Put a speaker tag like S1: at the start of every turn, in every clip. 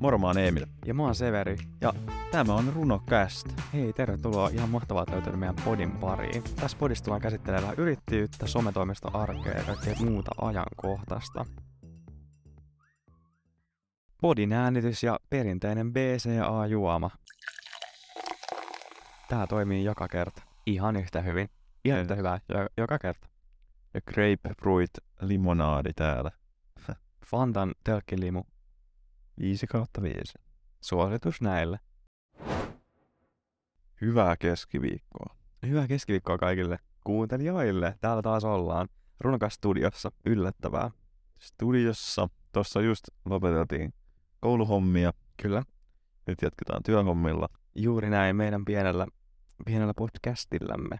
S1: Moro, mä oon Eemil.
S2: Ja mä oon Severi. Ja tämä on Runocast. Hei, tervetuloa. Ihan mahtavaa, että löytynyt meidän podin pariin. Tässä podissa tullaan käsittelemään yrittäjyyttä, sometoimistoarkea ja kaikkea muuta ajankohtaista. Podin äänitys ja perinteinen BCA-juoma. Tää toimii joka kerta. Ihan yhtä hyvin. Ihan yhtä hyvää jo- joka kerta.
S1: Ja grapefruit limonaadi täällä.
S2: Fantan tölkkilimu.
S1: 5 kautta 5.
S2: Suositus näille.
S1: Hyvää keskiviikkoa.
S2: Hyvää keskiviikkoa kaikille kuuntelijoille. Täällä taas ollaan Runokas Studiossa. Yllättävää.
S1: Studiossa tossa just lopeteltiin kouluhommia.
S2: Kyllä.
S1: Nyt jatketaan työhommilla.
S2: Juuri näin meidän pienellä, pienellä podcastillamme.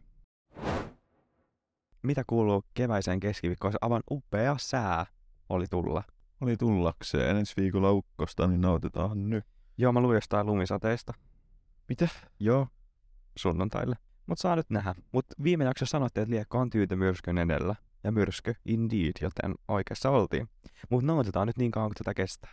S2: Mitä kuuluu keväiseen keskiviikkoon? Se aivan upea sää oli tulla.
S1: Oli tullakseen ensi viikolla ukkosta, niin nautitaan nyt.
S2: Joo, mä luin jostain lumisateista
S1: Mitä? Joo.
S2: sunnuntaille. Mut saa nyt nähdä. Mut viime jaksossa sanottiin, että liekko on tyyty myrskyn edellä. Ja myrsky, indeed, joten oikeassa oltiin. Mut nautitaan nyt niin kauan kuin tätä kestää.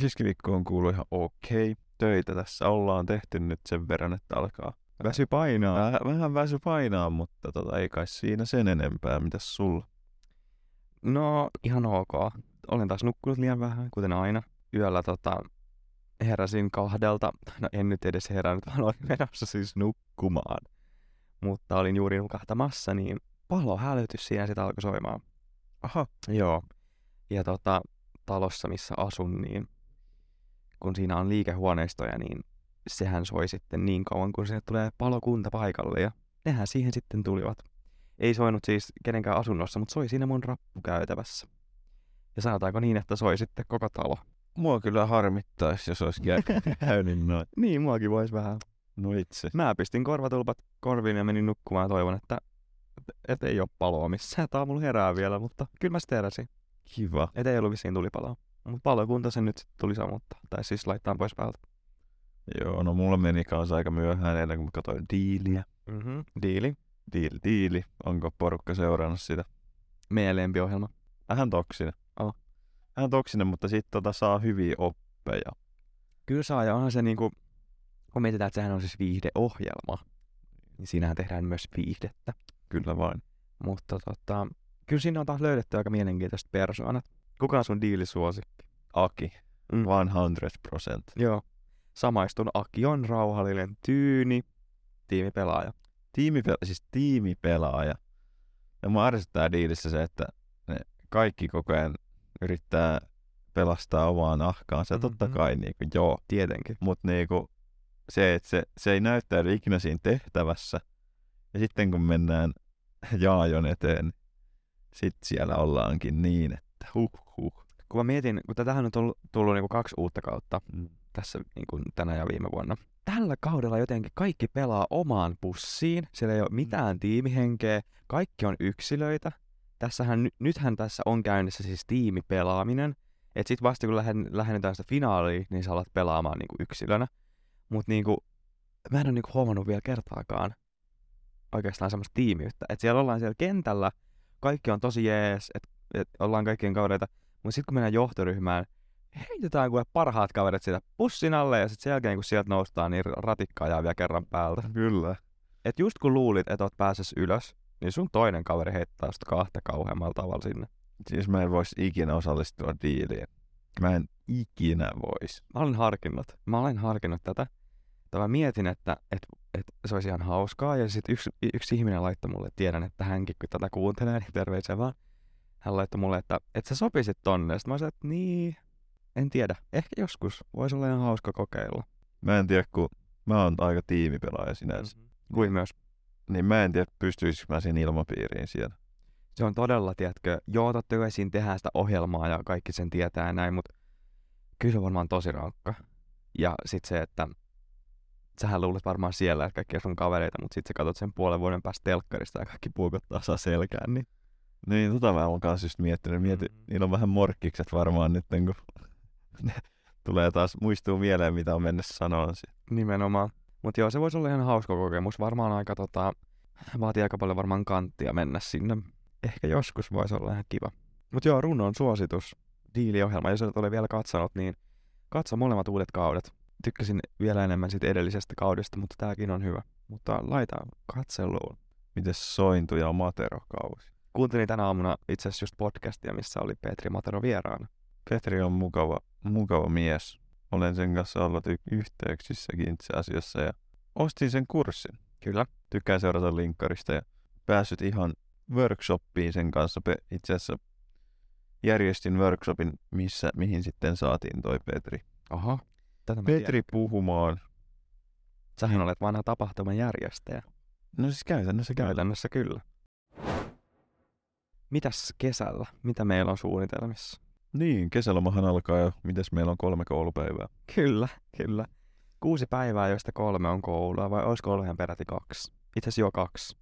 S1: Keskiviikkoon kuuluu ihan okei. Okay. Töitä tässä ollaan tehty nyt sen verran, että alkaa.
S2: Väsy painaa.
S1: Vähän, vähän väsy painaa, mutta tota, ei kai siinä sen enempää. Mitäs sulla?
S2: No, ihan ok. Olen taas nukkunut liian vähän, kuten aina. Yöllä tota, heräsin kahdelta. No en nyt edes herännyt, vaan olin menossa siis nukkumaan. Mutta olin juuri nukahtamassa, niin palo hälytys siinä sitä alkoi soimaan.
S1: Aha.
S2: Joo. Ja tota, talossa, missä asun, niin kun siinä on liikehuoneistoja, niin sehän soi sitten niin kauan, kun sinne tulee palokunta paikalle. Ja nehän siihen sitten tulivat. Ei soinut siis kenenkään asunnossa, mutta soi siinä mun rappukäytävässä. Ja sanotaanko niin, että soi sitten koko talo.
S1: Mua kyllä harmittaisi, jos olisi kä- käynyt noin.
S2: Niin, muakin voisi vähän.
S1: No itse.
S2: Mä pistin korvatulpat korviin ja menin nukkumaan ja toivon, että et ei ole paloa missään. Tää mulla herää vielä, mutta kyllä mä sitten heräsin.
S1: Kiva.
S2: Et ei ollut vissiin tulipaloa. Mutta palokunta sen nyt sit tuli sammuttaa. Tai siis laittaa pois päältä.
S1: Joo, no mulla meni kanssa aika myöhään eilen, kun mä katsoin diiliä.
S2: Mm-hmm. Diili.
S1: Diili, diili. Onko porukka seurannut sitä?
S2: Meidän lempiohjelma.
S1: Vähän toksinen.
S2: Oh.
S1: Vähän toksinen, mutta sitten tota saa hyviä oppeja.
S2: Kyllä saa, ja onhan se niinku, kun mietitään, että sehän on siis viihdeohjelma, niin siinähän tehdään myös viihdettä.
S1: Kyllä vain.
S2: Mutta tota, kyllä siinä on taas löydetty aika mielenkiintoiset persoonat. Kuka on sun diilisuosi?
S1: Aki.
S2: Mm.
S1: 100%.
S2: Joo. Samaistun Aki on rauhallinen tyyni, tiimipelaaja.
S1: Tiimipela- siis tiimipelaaja. Ja mua ärsyttää diilissä se, että ne kaikki koko ajan yrittää pelastaa omaa nahkaansa. Ja totta
S2: Mhm.
S1: kai niinku, joo,
S2: Tietenkin.
S1: mutta niinku se, että se, se ei näyttäydy ikinä siinä tehtävässä. Ja sitten kun mennään Jaajon eteen, sit siellä ollaankin niin, että huh huh.
S2: Kun mä mietin, kun tätähän on tullut, tullut niinku kaksi uutta kautta
S1: Mm.
S2: tässä niinku tänä ja viime vuonna. Tällä kaudella jotenkin kaikki pelaa omaan pussiin. Siellä
S1: Mm.
S2: ei ole mitään tiimihenkeä. Kaikki on yksilöitä. Tässähän, ny- nythän tässä on käynnissä siis tiimipelaaminen. Et sit vasta kun lähen, lähdetään sitä finaaliin, niin sä alat pelaamaan niinku yksilönä. Mut niinku, mä en ole niinku huomannut vielä kertaakaan oikeastaan semmoista tiimiyttä. Et siellä ollaan siellä kentällä, kaikki on tosi jees, et, et ollaan kaikkien kavereita. Mut sit kun mennään johtoryhmään, heitetään kuule parhaat kaverit sieltä pussin alle ja sit sen jälkeen kun sieltä noustaan, niin ratikka ajaa vielä kerran päältä.
S1: Kyllä.
S2: Et just kun luulit, että oot päässyt ylös, niin sun toinen kaveri heittää sitä kahta kauheammalla tavalla sinne.
S1: Siis mä en voisi ikinä osallistua diiliin. Mä en ikinä vois.
S2: Mä olen harkinnut. Mä olen harkinnut tätä. Tai mä mietin, että, että, että se olisi ihan hauskaa. Ja sitten yksi, yksi ihminen laittoi mulle, tiedän, että hänkin kun tätä kuuntelee, niin terveisiä vaan. Hän laittoi mulle, että, että sä sopisit tonne. Sitten mä sanoin, että niin, en tiedä. Ehkä joskus. Voisi olla ihan hauska kokeilla.
S1: Mä en tiedä, kun mä oon aika tiimipelaaja sinänsä.
S2: Luin Mm-hmm. myös.
S1: Niin mä en tiedä, pystyisikö mä siihen ilmapiiriin siellä.
S2: Se on todella, tiedätkö, joo, totta kai siinä tehdään sitä ohjelmaa ja kaikki sen tietää ja näin, mutta kyllä se on varmaan tosi rankka. Ja sit se, että sähän luulet varmaan siellä, että kaikki on sun kavereita, mutta sit sä katsot sen puolen vuoden päästä telkkarista ja kaikki puukottaa saa selkään, niin
S1: Niin, tota mä oon kanssa just miettinyt. Mieti,
S2: Mm.
S1: niillä on vähän morkkikset varmaan nyt, kun ne tulee taas, muistuu mieleen, mitä on mennessä sanoa
S2: nimenomaan. Mutta joo, se voisi olla ihan hauska kokemus. Varmaan aika tota, vaatii aika paljon varmaan kanttia mennä sinne. Ehkä joskus voisi olla ihan kiva. Mutta joo, runon suositus, diiliohjelma, jos et ole vielä katsonut, niin Katso molemmat uudet kaudet. Tykkäsin vielä enemmän siitä edellisestä kaudesta, mutta tääkin on hyvä. Mutta laita katseluun.
S1: Miten Sointu ja Matero kausi?
S2: Kuuntelin tänä aamuna itse asiassa just podcastia, missä oli Petri Matero vieraana.
S1: Petri on mukava, mukava mies. Olen sen kanssa ollut y- yhteyksissäkin itse asiassa ja ostin sen kurssin.
S2: Kyllä.
S1: Tykkään seurata linkkarista ja päässyt ihan workshoppiin sen kanssa. Pe- itse asiassa järjestin workshopin, missä, mihin sitten saatiin toi Petri.
S2: Aha. Tätä mä tiedän.
S1: Petri puhumaan.
S2: Sähän olet vanha tapahtuman järjestäjä.
S1: No siis käytännössä käytän.
S2: Käytännössä kyllä. Mitäs kesällä? Mitä meillä on suunnitelmissa?
S1: Niin, kesälomahan alkaa jo. Mitäs meillä on kolme koulupäivää?
S2: Kyllä, kyllä. Kuusi päivää, joista kolme on koulua, vai olisiko ollut ihan peräti kaksi? Itse asiassa jo kaksi.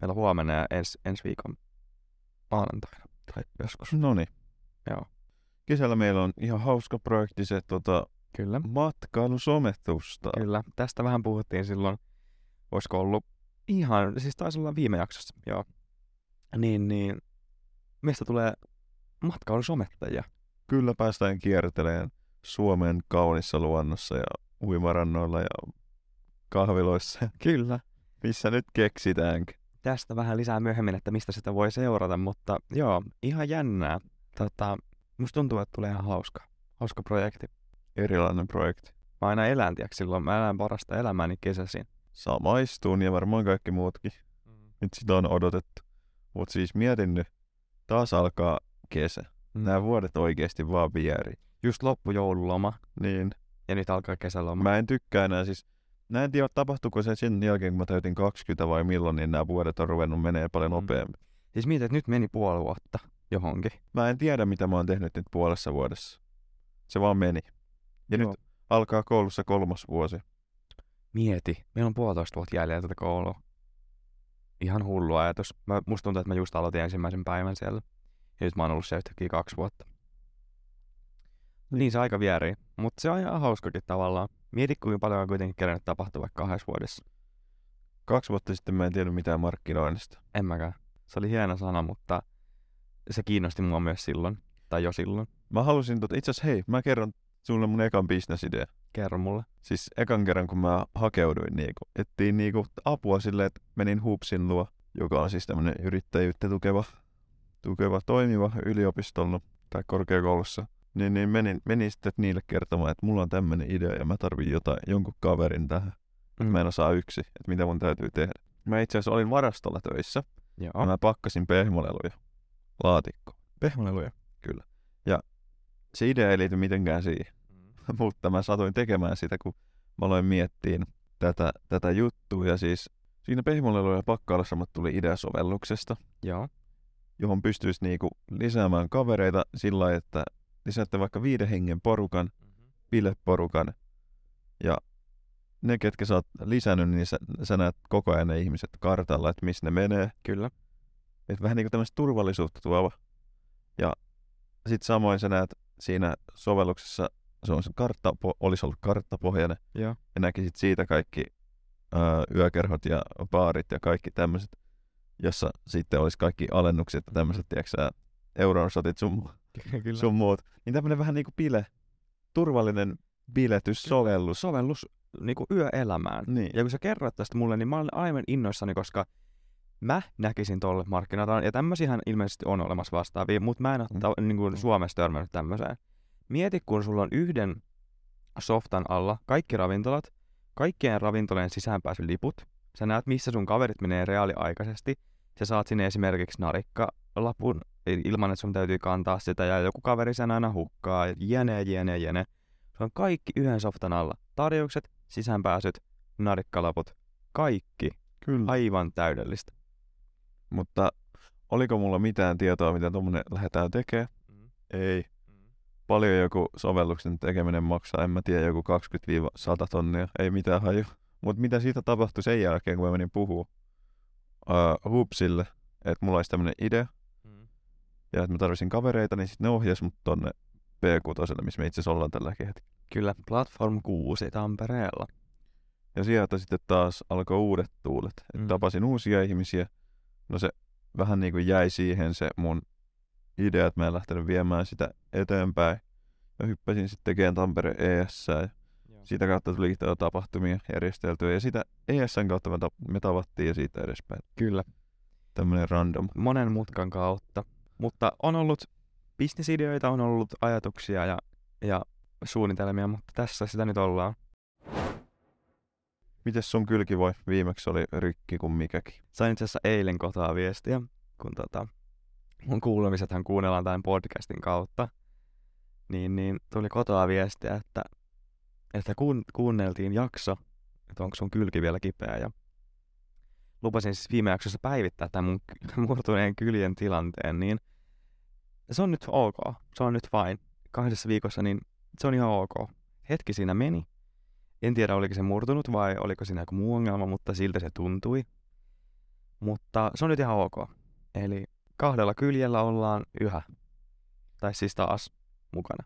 S2: Meillä on huomenna ja ens, ensi viikon maanantaina. Tai joskus.
S1: No niin.
S2: Joo.
S1: Kesällä meillä on ihan hauska projekti se tota,
S2: Kyllä,
S1: matkailusometusta.
S2: kyllä. Tästä vähän puhuttiin silloin. Olisiko ollut ihan, siis taisi olla viime jaksossa, joo. Niin, niin. Mistä tulee matkailusomettajia?
S1: Kyllä päästään kierteleen Suomen kaunissa luonnossa ja uimarannoilla ja kahviloissa.
S2: Kyllä.
S1: Missä nyt keksitäänkin?
S2: tästä vähän lisää myöhemmin, että mistä sitä voi seurata, mutta joo, ihan jännää. Tota, musta tuntuu, että tulee ihan hauska, hauska projekti.
S1: Erilainen projekti.
S2: Mä aina elän, tiiäks, silloin mä elän parasta elämääni kesäisin.
S1: Samaistuun niin ja varmaan kaikki muutkin. Nyt sitä on odotettu. Mut siis mietin nyt, taas alkaa kesä.
S2: Mm.
S1: Nämä vuodet oikeasti vaan vieri.
S2: Just loppujoululoma
S1: Niin.
S2: ja nyt alkaa kesäloma.
S1: Mä en tykkää enää siis. Mä en tiedä, tapahtuuko se sen jälkeen, kun mä täytin 20 vai milloin, niin nämä vuodet on ruvennut menee paljon
S2: Mm.
S1: nopeammin.
S2: Siis mietit, että nyt meni puoli vuotta johonkin.
S1: Mä en tiedä, mitä mä oon tehnyt nyt puolessa vuodessa. Se vaan meni. Ja
S2: Joo.
S1: nyt alkaa koulussa kolmas vuosi.
S2: Mieti, meillä on puolitoista vuotta jäljellä tätä koulua. Ihan hullu ajatus. Mä, musta tuntuu, että mä just aloitin ensimmäisen päivän siellä. Ja nyt mä oon ollut siellä yhtäkkiä kaksi vuotta. Niin se aika vierii. Mutta se on ihan hauskakin tavallaan. Mieti, kuinka paljon on kuitenkin kerännyt tapahtua vaikka kahdessa vuodessa.
S1: Kaksi vuotta sitten mä en tiennyt mitään markkinoinnista.
S2: En mäkään. Se oli hieno sana, mutta se kiinnosti mua myös silloin. Tai jo silloin.
S1: Mä halusin, tota, itse asiassa hei, mä kerron sulle mun ekan bisnesidea.
S2: Kerro mulle.
S1: Siis ekan kerran, kun mä hakeuduin, niin kun, ettiin niin kun, apua silleen, että menin Hupsin luo, joka on siis tämmöinen yrittäjyyttä tukeva, tukeva toimiva yliopistolla tai korkeakoulussa. Niin, niin menin, menin sitten niille kertomaan, että mulla on tämmöinen idea ja mä tarvin jotain, jonkun kaverin tähän.
S2: Mm.
S1: Mä en osaa yksi, että mitä mun täytyy tehdä. Mä itse asiassa olin varastolla töissä ja
S2: Joo.
S1: mä pakkasin pehmoleluja laatikko.
S2: Pehmoleluja.
S1: Kyllä. Ja se idea ei liity mitenkään siihen mutta mä satoin tekemään sitä, kun mä aloin miettiin tätä, tätä juttua. Ja siis siinä pehmoleluja ja pakkailassa mut tuli idea sovelluksesta,
S2: Joo.
S1: johon pystyisi niinku lisäämään kavereita sillä lailla, että lisäätte vaikka viiden hengen porukan, bileporukan. Ja ne, ketkä sä oot lisännyt, niin sä, sä näet koko ajan ne ihmiset kartalla, että missä ne menee.
S2: Kyllä.
S1: Et vähän niin kuin tämmöistä turvallisuutta tuova. Ja sitten samoin sä näet siinä sovelluksessa, se on se kartta, olisi ollut karttapohjainen,
S2: Joo.
S1: ja näkisit siitä kaikki ö, yökerhot ja baarit ja kaikki tämmöiset, jossa sitten olisi kaikki alennukset ja tämmöiset, tiedätkö euronosotit sun,
S2: Kyllä.
S1: sun muut. Niin tämmöinen vähän niin kuin bile, turvallinen biletyssovellus.
S2: sovellus niinku yöelämään.
S1: Niin.
S2: Ja kun sä kerroit tästä mulle, niin mä olen aivan innoissani, koska mä näkisin tolle markkinataan, ja tämmöisiähän ilmeisesti on olemassa vastaavia, mutta mä en ole
S1: Mm.
S2: ta- niin kuin Suomessa törmännyt tämmöiseen. Mieti, kun sulla on yhden softan alla kaikki ravintolat, kaikkien ravintolojen sisäänpääsyliput, sä näet, missä sun kaverit menee reaaliaikaisesti, sä saat sinne esimerkiksi narikkalapun ilman, että sun täytyy kantaa sitä, ja joku kaveri sen aina hukkaa, jene, jene, jene. Se on kaikki yhden softan alla. Tarjoukset, sisäänpääsyt, narikkalaput, kaikki
S1: Kyllä.
S2: aivan täydellistä.
S1: Mutta oliko mulla mitään tietoa, mitä tuommoinen lähdetään tekemään?
S2: Mm.
S1: Ei. Paljon joku sovelluksen tekeminen maksaa, en mä tiedä, joku 20-100 tonnia, ei mitään haju. Mutta mitä siitä tapahtui sen jälkeen, kun mä menin puhuu uh, Hupsille, että mulla olisi tämmöinen idea ja että mä tarvitsin kavereita, niin sitten ne ohjas mut tonne P6, missä me itse asiassa ollaan tälläkin hetkellä.
S2: Kyllä, Platform 6 Tampereella.
S1: Ja sieltä sitten taas alkoi uudet tuulet. Et
S2: Mm.
S1: Tapasin uusia ihmisiä. No se vähän niin kuin jäi siihen se mun idea, että mä en lähtenyt viemään sitä eteenpäin. ja hyppäsin sitten tekemään Tampereen ES ja sitä kautta tuli tää tapahtumia järjesteltyä ja sitä ESN kautta me, tap- me tavattiin ja siitä edespäin.
S2: Kyllä,
S1: Tämmönen random.
S2: monen mutkan kautta. Mutta on ollut bisnesideoita, on ollut ajatuksia ja, ja suunnitelmia, mutta tässä sitä nyt ollaan.
S1: Mites sun kylki voi? Viimeksi oli rikki kuin mikäkin.
S2: Sain itse asiassa eilen kotoa viestiä, kun tota, mun kuulemisethan kuunnellaan tämän podcastin kautta. Niin, niin tuli kotoa viestiä, että, että kun, kuunneltiin jakso, että onko sun kylki vielä kipeä. Ja lupasin siis viime jaksossa päivittää tämän mun ky- murtuneen kyljen tilanteen, niin se on nyt ok. Se on nyt vain. Kahdessa viikossa, niin se on ihan ok. Hetki siinä meni. En tiedä, oliko se murtunut vai oliko siinä joku muu ongelma, mutta siltä se tuntui. Mutta se on nyt ihan ok. Eli kahdella kyljellä ollaan yhä. Tai siis taas mukana.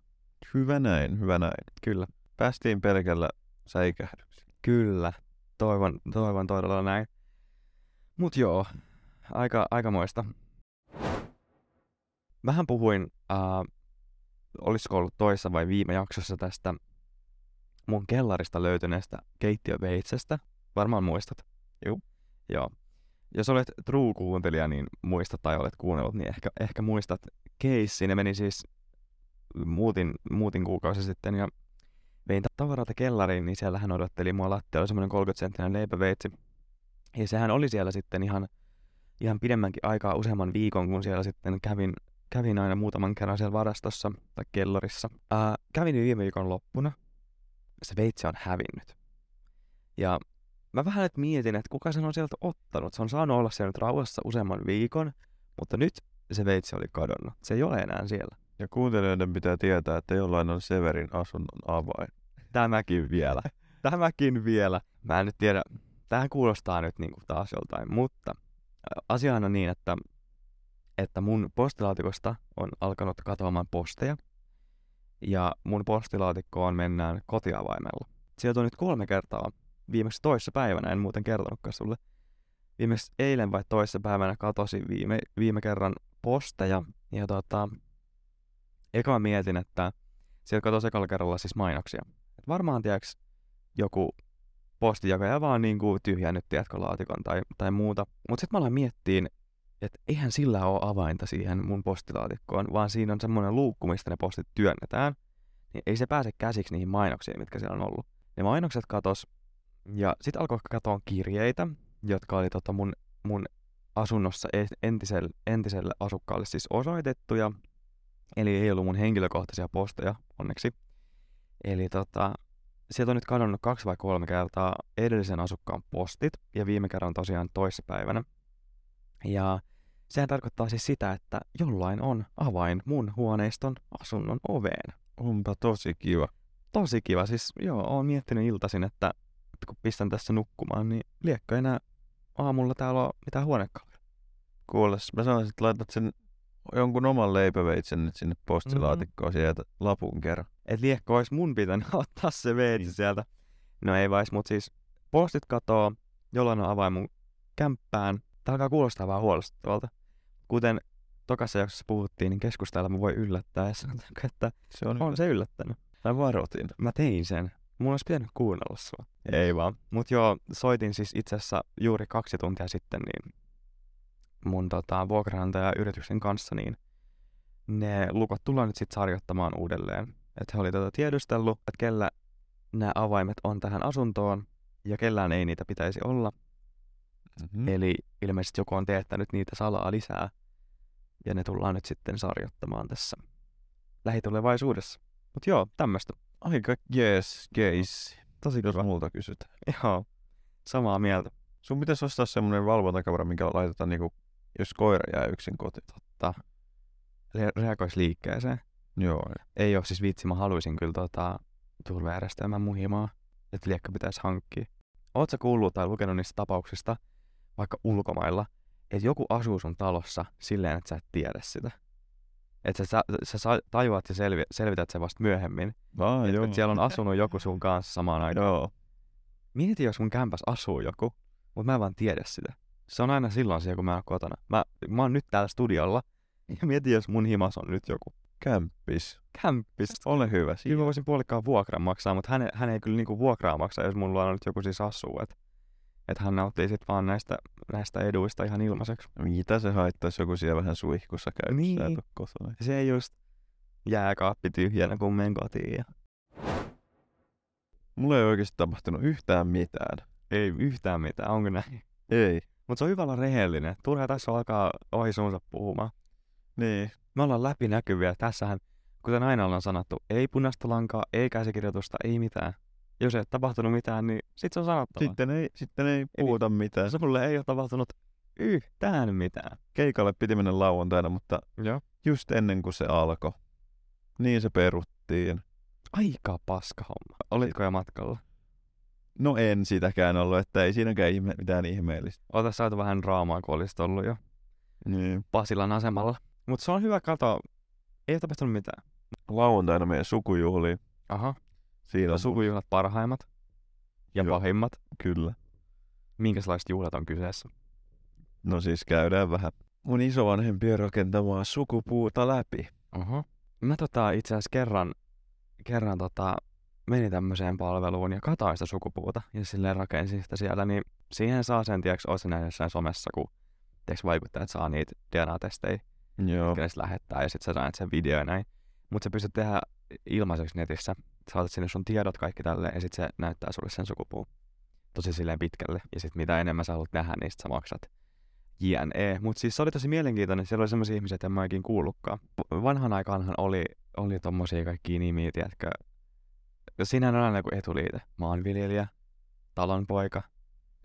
S1: Hyvä näin, hyvä näin.
S2: Kyllä.
S1: Päästiin pelkällä säikähdyksellä.
S2: Kyllä. Toivon, toivon todella näin. Mut joo, aika, aikamoista. Vähän puhuin, äh, olisiko ollut toissa vai viime jaksossa tästä mun kellarista löytyneestä keittiöveitsestä. Varmaan muistat.
S1: Juu.
S2: Joo. Jos olet true-kuuntelija, niin muistat tai olet kuunnellut, niin ehkä, ehkä muistat keissin. Ne meni siis muutin, muutin kuukausi sitten ja vein ta- tavaroita kellariin, niin siellähän odotteli mua lattialla semmoinen 30-senttinen leipäveitsi. Ja sehän oli siellä sitten ihan, ihan pidemmänkin aikaa, useamman viikon, kun siellä sitten kävin, kävin aina muutaman kerran siellä varastossa tai kellarissa. Ää, kävin viime viikon loppuna. Se veitsi on hävinnyt. Ja mä vähän nyt mietin, että kuka sen on sieltä ottanut. Se on saanut olla siellä nyt rauhassa useamman viikon, mutta nyt se veitsi oli kadonnut. Se ei ole enää siellä.
S1: Ja kuuntelijoiden pitää tietää, että jollain on Severin asunnon avain.
S2: Tämäkin vielä. Tämäkin vielä. Mä en nyt tiedä, tähän kuulostaa nyt niinku taas joltain, mutta ä, asiahan on niin, että, että mun postilaatikosta on alkanut katoamaan posteja. Ja mun postilaatikkoon mennään kotiavaimella. Sieltä on nyt kolme kertaa, viimeksi toissa päivänä, en muuten kertonutkaan sulle. Viimeksi eilen vai toissa päivänä katosi viime, viime kerran posteja. Ja tota, eka mä mietin, että sieltä katosi ekalla kerralla siis mainoksia. Et varmaan, tiedäks, joku postijakaja vaan niinku tyhjännyt, tiedätkö, laatikon tai, tai muuta. Mutta sitten mä aloin miettiin, että eihän sillä ole avainta siihen mun postilaatikkoon, vaan siinä on semmoinen luukku, mistä ne postit työnnetään. Niin ei se pääse käsiksi niihin mainoksiin, mitkä siellä on ollut. Ne mainokset katos, ja sitten alkoi katoa kirjeitä, jotka oli tota mun, mun asunnossa e- entiselle, entiselle asukkaalle siis osoitettuja. Eli ei ollut mun henkilökohtaisia posteja, onneksi. Eli tota, sieltä on nyt kadonnut kaksi vai kolme kertaa edellisen asukkaan postit ja viime kerran tosiaan toissapäivänä. Ja sehän tarkoittaa siis sitä, että jollain on avain mun huoneiston asunnon oveen.
S1: Onpa tosi kiva.
S2: Tosi kiva, siis joo, oon miettinyt iltaisin, että että kun pistän tässä nukkumaan, niin liekka enää aamulla täällä on mitään huonekaluja.
S1: Kuules, mä sanoisin, että laitat sen jonkun oman leipäveitsen nyt sinne postilaatikkoon mm-hmm. sieltä lapun kerran.
S2: Et liekko olisi mun pitänyt ottaa se veitsi
S1: Niin.
S2: sieltä. No ei vais, mutta siis postit katoo, jollain on avain mun kämppään. Tää alkaa kuulostaa vähän huolestuttavalta. Kuten tokassa jaksossa puhuttiin, niin keskustellamme voi yllättää ja sanotaanko, että
S1: Se on,
S2: on se yllättänyt.
S1: Mä varoitin.
S2: mä tein sen. Mun olisi pitänyt kuunnella sua. Ei vaan. Mut joo, soitin siis itse asiassa juuri kaksi tuntia sitten niin mun tota, vuokranantajayrityksen kanssa, niin ne lukot tullaan nyt sitten sarjoittamaan uudelleen. Että he oli tätä tiedustellut, että kellä nämä avaimet on tähän asuntoon ja kellään ei niitä pitäisi olla.
S1: Mm-hmm.
S2: Eli ilmeisesti joku on teettänyt niitä salaa lisää ja ne tullaan nyt sitten sarjoittamaan tässä lähitulevaisuudessa. Mut joo, tämmöstä.
S1: Aika jees, keissi.
S2: Tosi
S1: Jos multa kysytään.
S2: Joo, samaa mieltä.
S1: Sun pitäisi ostaa semmonen valvontakamera, mikä laitetaan niinku, jos koira jää yksin kotiin.
S2: Re- reagoisi liikkeeseen.
S1: Joo.
S2: Ei ole siis vitsi, mä haluaisin kyllä tota, turvajärjestelmän muhimaa, että liekka pitäisi hankkia. Oot sä kuullut tai lukenut niistä tapauksista, vaikka ulkomailla, että joku asuu sun talossa silleen, että sä et tiedä sitä. Että sä, sä, sä tajuat ja selvi, selvität sen vasta myöhemmin.
S1: Vaan
S2: Että
S1: No joo.
S2: et siellä on asunut joku sun kanssa samaan aikaan.
S1: Joo.
S2: Mieti, jos mun kämpäs asuu joku, mutta mä en vaan tiedä sitä. Se on aina silloin siellä, kun mä oon kotona. Mä, mä oon nyt täällä studiolla, ja mieti, jos mun himas on nyt joku.
S1: Kämppis.
S2: Kämppis.
S1: Ole hyvä siinä.
S2: Kyllä mä voisin puolikkaan vuokran maksaa, mutta hän, hän ei kyllä niinku vuokraa maksaa, jos mulla on nyt joku siis asuu. Että et hän nauttii sit vaan näistä, näistä eduista ihan ilmaiseksi.
S1: Mitä se haittaisi joku siellä vähän suihkussa käy, kun sä et
S2: Niin.
S1: oo kotona.
S2: Se just jääkaappi tyhjänä, kun menen kotiin. Ja
S1: Mulla ei oikeasti tapahtunut yhtään mitään.
S2: ei yhtään mitään, onko näin?
S1: Ei.
S2: Mutta se on hyvä olla rehellinen. Turha tässä on alkaa ohi suunsa puhumaan.
S1: Niin.
S2: Me ollaan läpinäkyviä. Tässähän, kuten aina ollaan sanottu, ei punaista lankaa, ei käsikirjoitusta, ei mitään. Jos ei ole tapahtunut mitään, niin sit se on sanottava.
S1: Sitten ei, sitten ei puhuta mitään.
S2: Sitten mulle ei ole tapahtunut yhtään mitään.
S1: Keikalle piti mennä lauantaina, mutta
S2: Joo.
S1: just ennen kuin se alkoi, niin se peruttiin.
S2: Aika paska homma. Olitko jo matkalla?
S1: No en sitäkään ollut, että ei siinäkään ihme, mitään ihmeellistä.
S2: Ota saatu vähän draamaa, kun olisit ollut jo
S1: Niin.
S2: Pasilan asemalla. Mutta se on hyvä katoa. Ei ole tapahtunut mitään.
S1: Lauantaina meidän sukujuhli.
S2: Aha.
S1: Siinä on suku...
S2: Sukujuhlat parhaimmat ja
S1: Joo.
S2: pahimmat.
S1: Kyllä.
S2: Minkälaiset juhlat on kyseessä?
S1: No siis käydään vähän mun isovanhempien rakentamaa sukupuuta läpi.
S2: Oho. Mä tota itse asiassa kerran, kerran tota, menin tämmöiseen palveluun ja katoin sitä sukupuuta ja silleen rakensin sitä siellä, niin siihen saa sen, tiedäks, osin näin jossain somessa, kun tiedäks, vaikuttajat saa niitä DNA-testejä,
S1: Joo.
S2: mitkä ne sit lähettää ja sit sä näet sen video ja näin. Mut sä pystyt tehdä ilmaiseksi netissä. Sä otat sinne sun tiedot kaikki tälleen ja sit se näyttää sulle sen sukupuun tosi silleen pitkälle. Ja sit mitä enemmän sä haluat nähdä, niin sit sä maksat JNE. Mut siis se oli tosi mielenkiintoinen. Siellä oli semmoisia ihmisiä, että en mä oikein kuullutkaan. Vanhan aikaanhan oli, oli tommosia kaikkia nimiä, tiedätkö. Siinähän on aina joku etuliite. Maanviljelijä, talonpoika.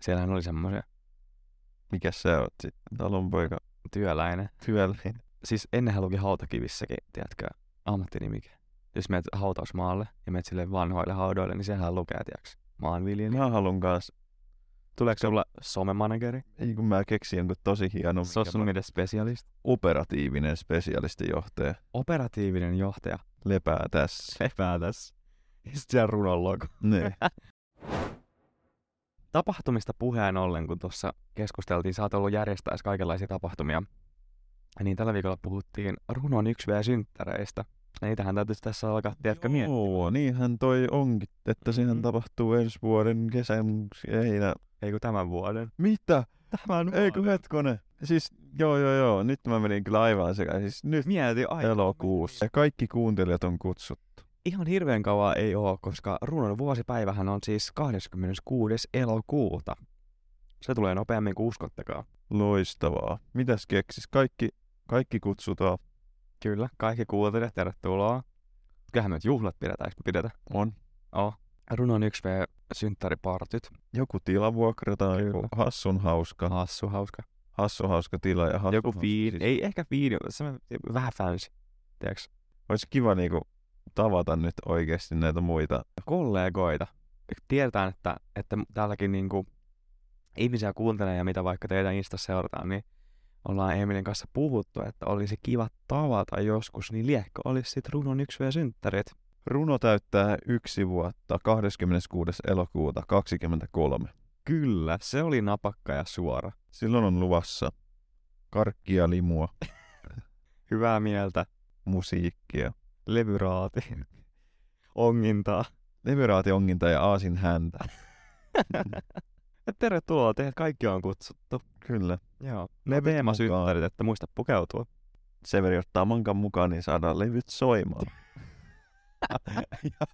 S2: Siellähän oli semmoisia
S1: Mikäs sä oot sitten? Talonpoika.
S2: työläinen.
S1: Työllinen.
S2: siis ennenhän luki hautakivissäkin, tiedätkö, ammattinimike. Jos menet hautausmaalle ja menet sille vanhoille haudoille, niin sehän lukee, tiedätkö, maanviljelijä.
S1: Mä haluan kans,
S2: Tuleeko sulla somemanageri?
S1: ei kun mä keksin jonkun tosi hienon,
S2: Se on sun mielestä specialist.
S1: operatiivinen spesialistijohtaja
S2: Operatiivinen johtaja.
S1: lepää tässä.
S2: Lepää tässä. Ja sit siellä runon logo.
S1: niin.
S2: Tapahtumista puheen ollen, kun tuossa keskusteltiin, sä oot ollut järjestäessä kaikenlaisia tapahtumia. Niin tällä viikolla puhuttiin runon 1V-synttäreistä. Niitähän täytyisi tässä alkaa, tiedätkö, miettiä.
S1: Joo, niinhän toi onkin, että sehän
S2: Mhm.
S1: tapahtuu ensi vuoden kesän heinä.
S2: Ei kun tämän vuoden.
S1: Mitä?
S2: Tämän
S1: Ei kun hetkone. Siis joo joo joo, nyt mä menin kyllä aivan sekaisin. Siis nyt
S2: Mieti aika. niin.
S1: elokuussa. Ja kaikki kuuntelijat on kutsuttu.
S2: ihan hirveän kauan ei oo, koska runon vuosipäivähän on siis 26. elokuuta. Se tulee nopeammin kuin uskottakaa.
S1: Loistavaa. Mitäs keksis? Kaikki, kaikki kutsutaan.
S2: Kyllä, kaikki kuuntelijat, tervetuloa. Kyllähän me nyt juhlat pidetään, eikö me pidetä?
S1: On.
S2: Runon 1V synttäripartyt.
S1: Joku tila vuokrataan,
S2: Kyllä.
S1: joku hassun hauska,
S2: Hassu hauska.
S1: hassun hauska tila ja hassun
S2: Joku
S1: hauska-
S2: fiili.
S1: Siis
S2: Ei ehkä fiili, se on vähän fancy. Tiedätkö?
S1: Olisi kiva niinku tavata nyt oikeasti näitä muita.
S2: kollegoita. Tiedetään, että, että täälläkin niinku ihmisiä kuuntelee ja mitä vaikka teidän Insta seurataan, niin ollaan Emilin kanssa puhuttu, että olisi kiva tavata joskus, niin liekko olisi sit runon yksi synttärit.
S1: Runo täyttää yksi vuotta 26. elokuuta 23.
S2: Kyllä, se oli napakka ja suora.
S1: Silloin on luvassa karkkia, limua,
S2: Hyvää mieltä,
S1: musiikkia,
S2: levyraati, ongintaa.
S1: leveraationginta ja aasin häntä.
S2: Ja tervetuloa, teidät kaikki on kutsuttu.
S1: Kyllä.
S2: Joo, ne teema synttärit, että muista pukeutua.
S1: Severi ottaa mankan mukaan, niin saadaan levyt soimaan. ja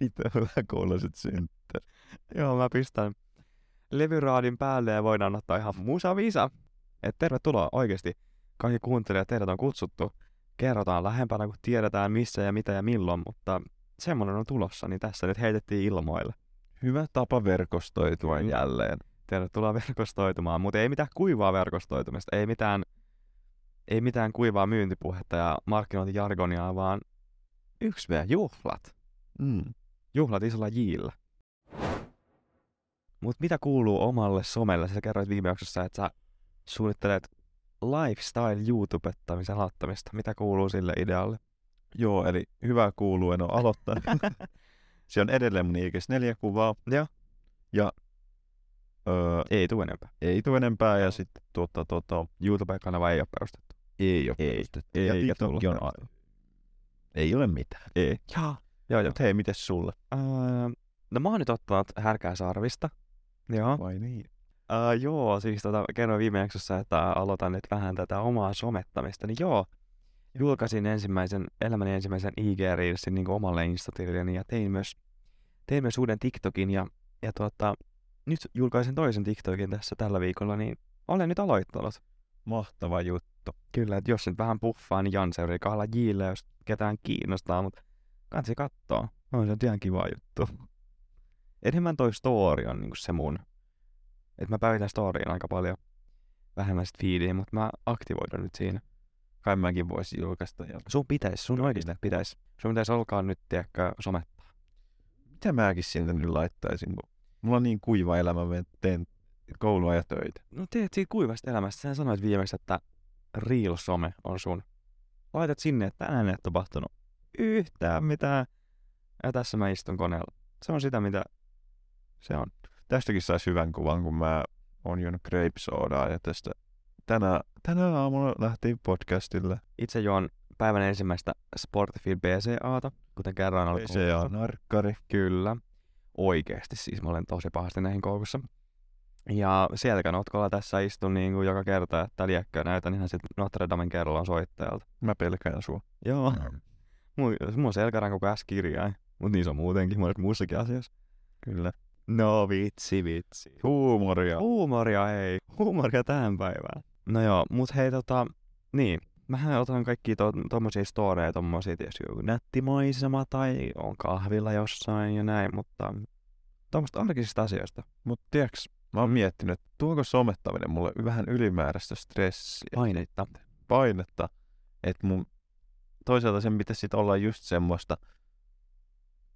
S1: mitä hyvä kuuloiset syyn.
S2: Joo, mä pistän levyraadin päälle ja voidaan ottaa ihan musavisa. Et tervetuloa oikeasti. Kaikki kuuntelijat, teidät on kutsuttu. Kerrotaan lähempänä, kun tiedetään missä ja mitä ja milloin, mutta semmonen on tulossa, niin tässä nyt heitettiin ilmoille.
S1: Hyvä tapa verkostoitua
S2: Kyllä.
S1: jälleen.
S2: Tervetuloa verkostoitumaan, mutta ei mitään kuivaa verkostoitumista, ei mitään, ei mitään kuivaa myyntipuhetta ja markkinointijargonia, vaan yksi vielä juhlat.
S1: Mm.
S2: Juhlat isolla jillä. Mut mitä kuuluu omalle somelle? Sä kerroit viime jaksossa, että sä suunnittelet lifestyle-youtubettamisen aloittamista. Mitä kuuluu sille idealle?
S1: Joo, eli hyvä kuuluu, en ole aloittanut. Se on edelleen mun ikäis neljä kuvaa.
S2: Joo.
S1: Ja öö,
S2: Ei tule enempää.
S1: ei tule enempää ja sitten tuota, tuota,
S2: YouTube-kanava ei ole perustettu.
S1: ei ole
S2: Ei.
S1: perustettu.
S2: Eikä
S1: ja TikTokki
S2: tulla.
S1: on a- Ei ole mitään. Ei.
S2: Jaa.
S1: Joo, joo. Mut hei, mites sulle?
S2: Öö, no mä oon nyt ottanut härkää sarvista. Joo.
S1: Vai niin?
S2: Uh, joo, siis tota, kerroin viime jaksossa, että aloitan nyt vähän tätä omaa somettamista, niin joo, julkaisin ensimmäisen, elämäni ensimmäisen ig reelsin niin omalle instatililleni ja tein myös, tein myös uuden TikTokin ja, ja tuota, nyt julkaisin toisen TikTokin tässä tällä viikolla, niin olen nyt aloittanut.
S1: Mahtava juttu.
S2: Kyllä, että jos nyt vähän puffaa, niin Janseuri kahdella Jillä, jos ketään kiinnostaa, mutta kansi kattoo. On se nyt ihan kiva juttu. Enemmän toi story on niinku se mun. Et mä päivitän storyin aika paljon. Vähemmän sit feediin, mutta mä aktivoidun nyt siinä.
S1: Kai mäkin voisin julkaista. Ja...
S2: Sun pitäis, sun oikeesti pitäis. Sun pitäis alkaa nyt, tiedäkö, somet.
S1: Mitä mäkin siltä nyt laittaisin? kun Mulla on niin kuiva elämä, mä teen koulua ja töitä.
S2: No teet siitä kuivasta elämästä. Sä sanoit viimeksi, että real some on sun. Laitat sinne, että tänään ei ole tapahtunut yhtään mitään. Ja tässä mä istun koneella. Se on sitä, mitä se on.
S1: Tästäkin saisi hyvän kuvan, kun mä oon juonut grape sodaa ja tästä tänä, tänä aamulla lähti podcastille.
S2: Itse juon päivän ensimmäistä Sportfil BCAta, kuten kerran oli
S1: Se on narkkari.
S2: Kyllä. Oikeesti siis mä olen tosi pahasti näihin koukussa. Ja selkänotkolla tässä istun niin kuin joka kerta, että liekkö näytän ihan sitten Notre Damen kerrallaan soittajalta.
S1: Mä pelkään sua.
S2: Joo. Mun, mun selkäranko kuin S-kirjain. Mut niin se on muutenkin monet muissakin asioissa.
S1: Kyllä.
S2: No vitsi vitsi.
S1: Huumoria.
S2: Huumoria hei. Huumoria tähän päivään. No joo, mut hei tota, niin. Mähän otan kaikki to, tommosia storeja, tommosia tietysti joku nättimaisema tai on kahvilla jossain ja näin, mutta tommoista arkisista asioista.
S1: Mut tiiäks, mä oon miettinyt, että tuoko somettaminen mulle vähän ylimääräistä stressiä,
S2: Painetta.
S1: painetta, että mun toisaalta sen pitäisi sit olla just semmoista,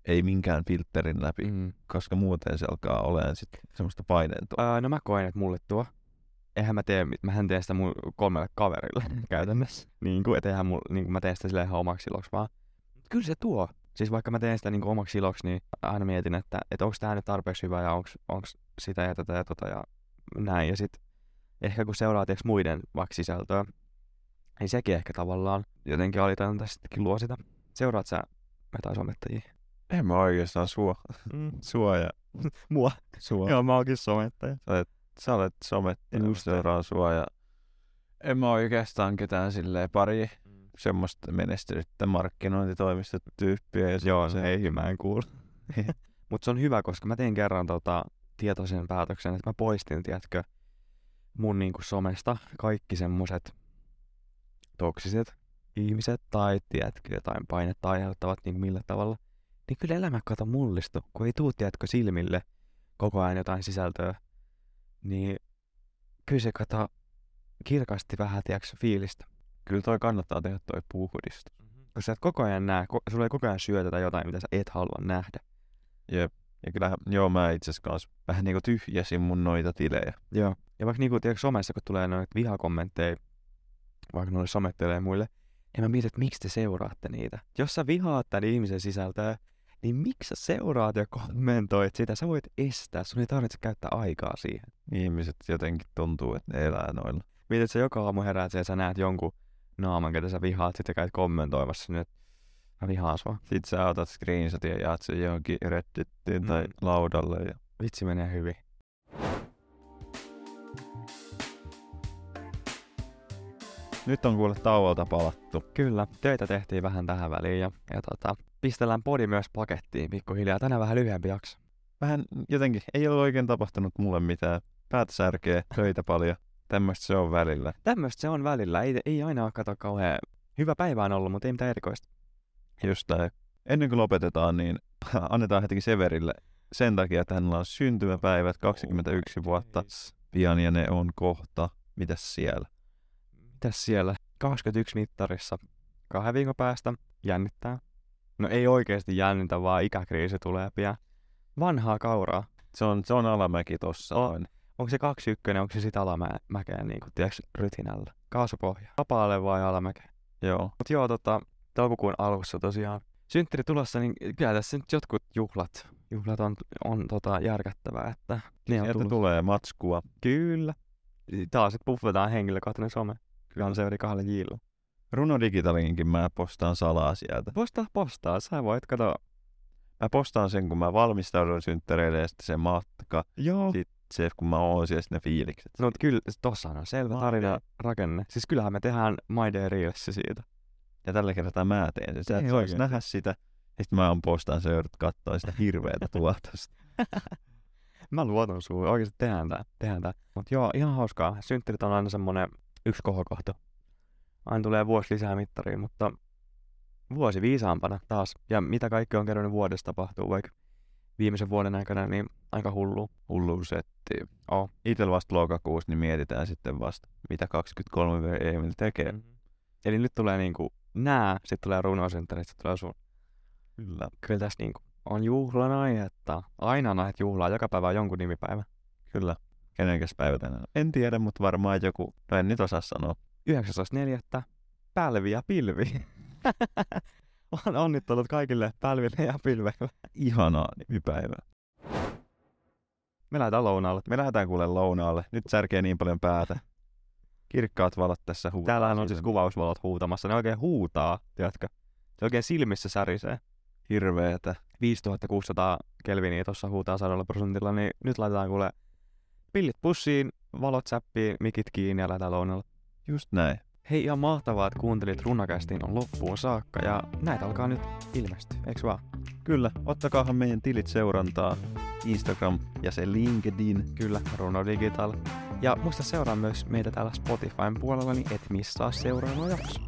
S1: ei minkään filterin läpi, mm.
S2: Mm.
S1: koska muuten se alkaa olemaan sit semmoista paineentua.
S2: Öö, no mä koen, että mulle tuo. Eihän mä tee, mit- mähän teen sitä mun kolmelle kaverille käytännössä. Niin kuin, et eihän mul, niin kuin mä teen sitä silleen ihan omaksi iloksi vaan. Mut Kyllä se tuo. Siis vaikka mä teen sitä niin kuin omaksi iloksi, niin aina mietin, että, että onko tämä nyt tarpeeksi hyvä ja onko sitä ja tätä ja tota ja näin. Ja sit ehkä kun seuraa tiiäks, muiden vaikka sisältöä, niin sekin ehkä tavallaan jotenkin alitajunta sittenkin luo sitä. Seuraat sä jotain somettajia?
S1: En mä oikeastaan sua.
S2: Mm.
S1: Sua ja
S2: Mua.
S1: sua.
S2: Joo, mä oonkin somettaja.
S1: Sä olet somettanut,
S2: Just.
S1: seuraa sua ja en mä oikeastaan ketään silleen pari
S2: Mm.
S1: semmoista menestynyttä markkinointitoimistotyyppiä. Ja
S2: Joo,
S1: se-
S2: se ei, mä en kuulu. Mutta se on hyvä, koska mä tein kerran tota, tietoisen päätöksen, että mä poistin, tiedätkö, mun niinku somesta kaikki semmoset toksiset ihmiset tai tiedätkö, jotain painetta aiheuttavat niinku millä tavalla. Niin kyllä elämä kato mullistu, kun ei tuu, tiedätkö, silmille koko ajan jotain sisältöä. Niin kyllä se kato kirkasti vähän, tiedätkö, fiilistä.
S1: Kyllä toi kannattaa tehdä toi puuhudista.
S2: Kun sä et koko ajan näe, ko- sulla ei koko ajan syötetä jotain, mitä sä et halua nähdä.
S1: Ja kyllähän, joo mä itse asiassa kans vähän niinku tyhjäsin mun noita tilejä.
S2: Joo. Ja vaikka niinku, tiedätkö, somessa, kun tulee noita vihakommentteja, vaikka noille somettelee muille, niin mä mietin, että miksi te seuraatte niitä. Jos sä vihaat tämän ihmisen sisältöä, niin miksi sä seuraat ja kommentoit sitä? Sä voit estää, sun ei tarvitse käyttää aikaa siihen.
S1: Ihmiset jotenkin tuntuu, että ne elää noilla.
S2: Mietit, että sä joka aamu heräät siihen, ja sä näet jonkun naaman, ketä sä vihaat, sitten käyt kommentoimassa sinne, että mä vihaan sua.
S1: Sitten sä otat screenshotin ja jaat sen johonkin reddittiin mm. tai
S2: Mm.
S1: laudalle. Ja...
S2: Vitsi menee hyvin.
S1: Nyt on kuule tauolta palattu.
S2: Kyllä, töitä tehtiin vähän tähän väliin ja, ja tota, pistellään podi myös pakettiin pikkuhiljaa. Tänään vähän lyhyempi jakso.
S1: Vähän jotenkin, ei ole oikein tapahtunut mulle mitään. Päät särkee, töitä paljon. Tämmöistä se on välillä.
S2: Tämmöistä se on välillä. Ei, ei aina ole kato kauhean hyvä päivä on ollut, mutta ei mitään erikoista.
S1: Just näin. Ennen kuin lopetetaan, niin annetaan hetki Severille sen takia, että hänellä on syntymäpäivät 21 vuotta pian ja ne on kohta. Mitäs siellä?
S2: Mitäs siellä? 21 mittarissa. Kahden viikon päästä jännittää. No ei oikeasti jännitä, vaan ikäkriisi tulee pian. Vanhaa kauraa.
S1: Se on, se on alamäki tossa.
S2: On.
S1: noin.
S2: Onko se 21, onko se sitä alamäkeä niin kuin, tiedätkö, rytinällä? Kaasupohja. Vapaalle vai alamäkeä?
S1: Joo.
S2: Mut joo, tota, toukokuun alussa tosiaan synttäri tulossa, niin kyllä tässä nyt jotkut juhlat, juhlat on, on tota, järkättävää, että ne on
S1: Sieltä
S2: tullut.
S1: tulee matskua.
S2: Kyllä. Taas sitten puffetaan henkilökohtainen some. Kyllä on seuri kahdella jillä.
S1: Runo Digitalinkin mä postaan salaa sieltä.
S2: Postaa, postaa. Sä voit kato.
S1: Mä postaan sen, kun mä valmistaudun synttäreille ja sitten se matka.
S2: Joo.
S1: Sit- Se, kun mä oon siellä, sitten ne fiilikset.
S2: No mut kyllä, tossa on selvä
S1: My
S2: tarina
S1: Day.
S2: rakenne. Siis kyllähän me tehdään My Day Reels siitä.
S1: Ja tällä kertaa mä teen sen. Sä
S2: Ei
S1: et saisi
S2: oikeesti.
S1: nähdä sitä. Ja sitten mä oon postaan se joudut katsoa sitä hirveätä tuotosta.
S2: Mä luotan suun, oikeesti tehdään tää, tehdään tää. Mut joo, ihan hauskaa. Syntterit on aina semmonen yksi kohokohta. Aina tulee vuosi lisää mittariin, mutta vuosi viisaampana taas. Ja mitä kaikki on kerran vuodessa tapahtuu, vaikka viimeisen vuoden aikana, niin aika hullu.
S1: Hullu setti.
S2: Oo.
S1: Itellä vasta lokakuussa, niin mietitään sitten vasta, mitä 23 V Emil tekee.
S2: Mm. Eli nyt tulee niinku nää, sit tulee runosynttärit, sit tulee sun.
S1: Kyllä.
S2: Kyllä tässä niinku on juhlan aihetta. Aina on aihet juhlaa, joka päivä on jonkun nimipäivä.
S1: Kyllä. Kenenkäs päivä tänään? on? En tiedä, mutta varmaan joku, no en nyt osaa sanoa.
S2: 19.4. Pälvi ja pilvi. on onnittelut kaikille pälville ja pilveille.
S1: Ihanaa niin nimipäivää.
S2: Me lähdetään lounaalle.
S1: Me lähdetään kuule lounaalle. Nyt särkee niin paljon päätä. Kirkkaat valot tässä huutaa.
S2: Täällähän on siis
S1: silmiä.
S2: kuvausvalot huutamassa. Ne oikein huutaa, tiedätkö? Se oikein silmissä särisee.
S1: Hirveetä.
S2: 5600 kelviniä tuossa huutaa sadalla prosentilla, niin nyt laitetaan kuule pillit pussiin, valot säppiin, mikit kiinni ja lähdetään lounaalle.
S1: Just näin.
S2: Hei, ihan mahtavaa, että kuuntelit runakästin on loppuun saakka ja näitä alkaa nyt ilmestyä, eiks vaan?
S1: Kyllä, ottakaahan meidän tilit seurantaa. Instagram ja se LinkedIn.
S2: Kyllä, Runo Digital. Ja muista seuraa myös meitä täällä Spotifyn puolella, niin et missaa seuraava jakso.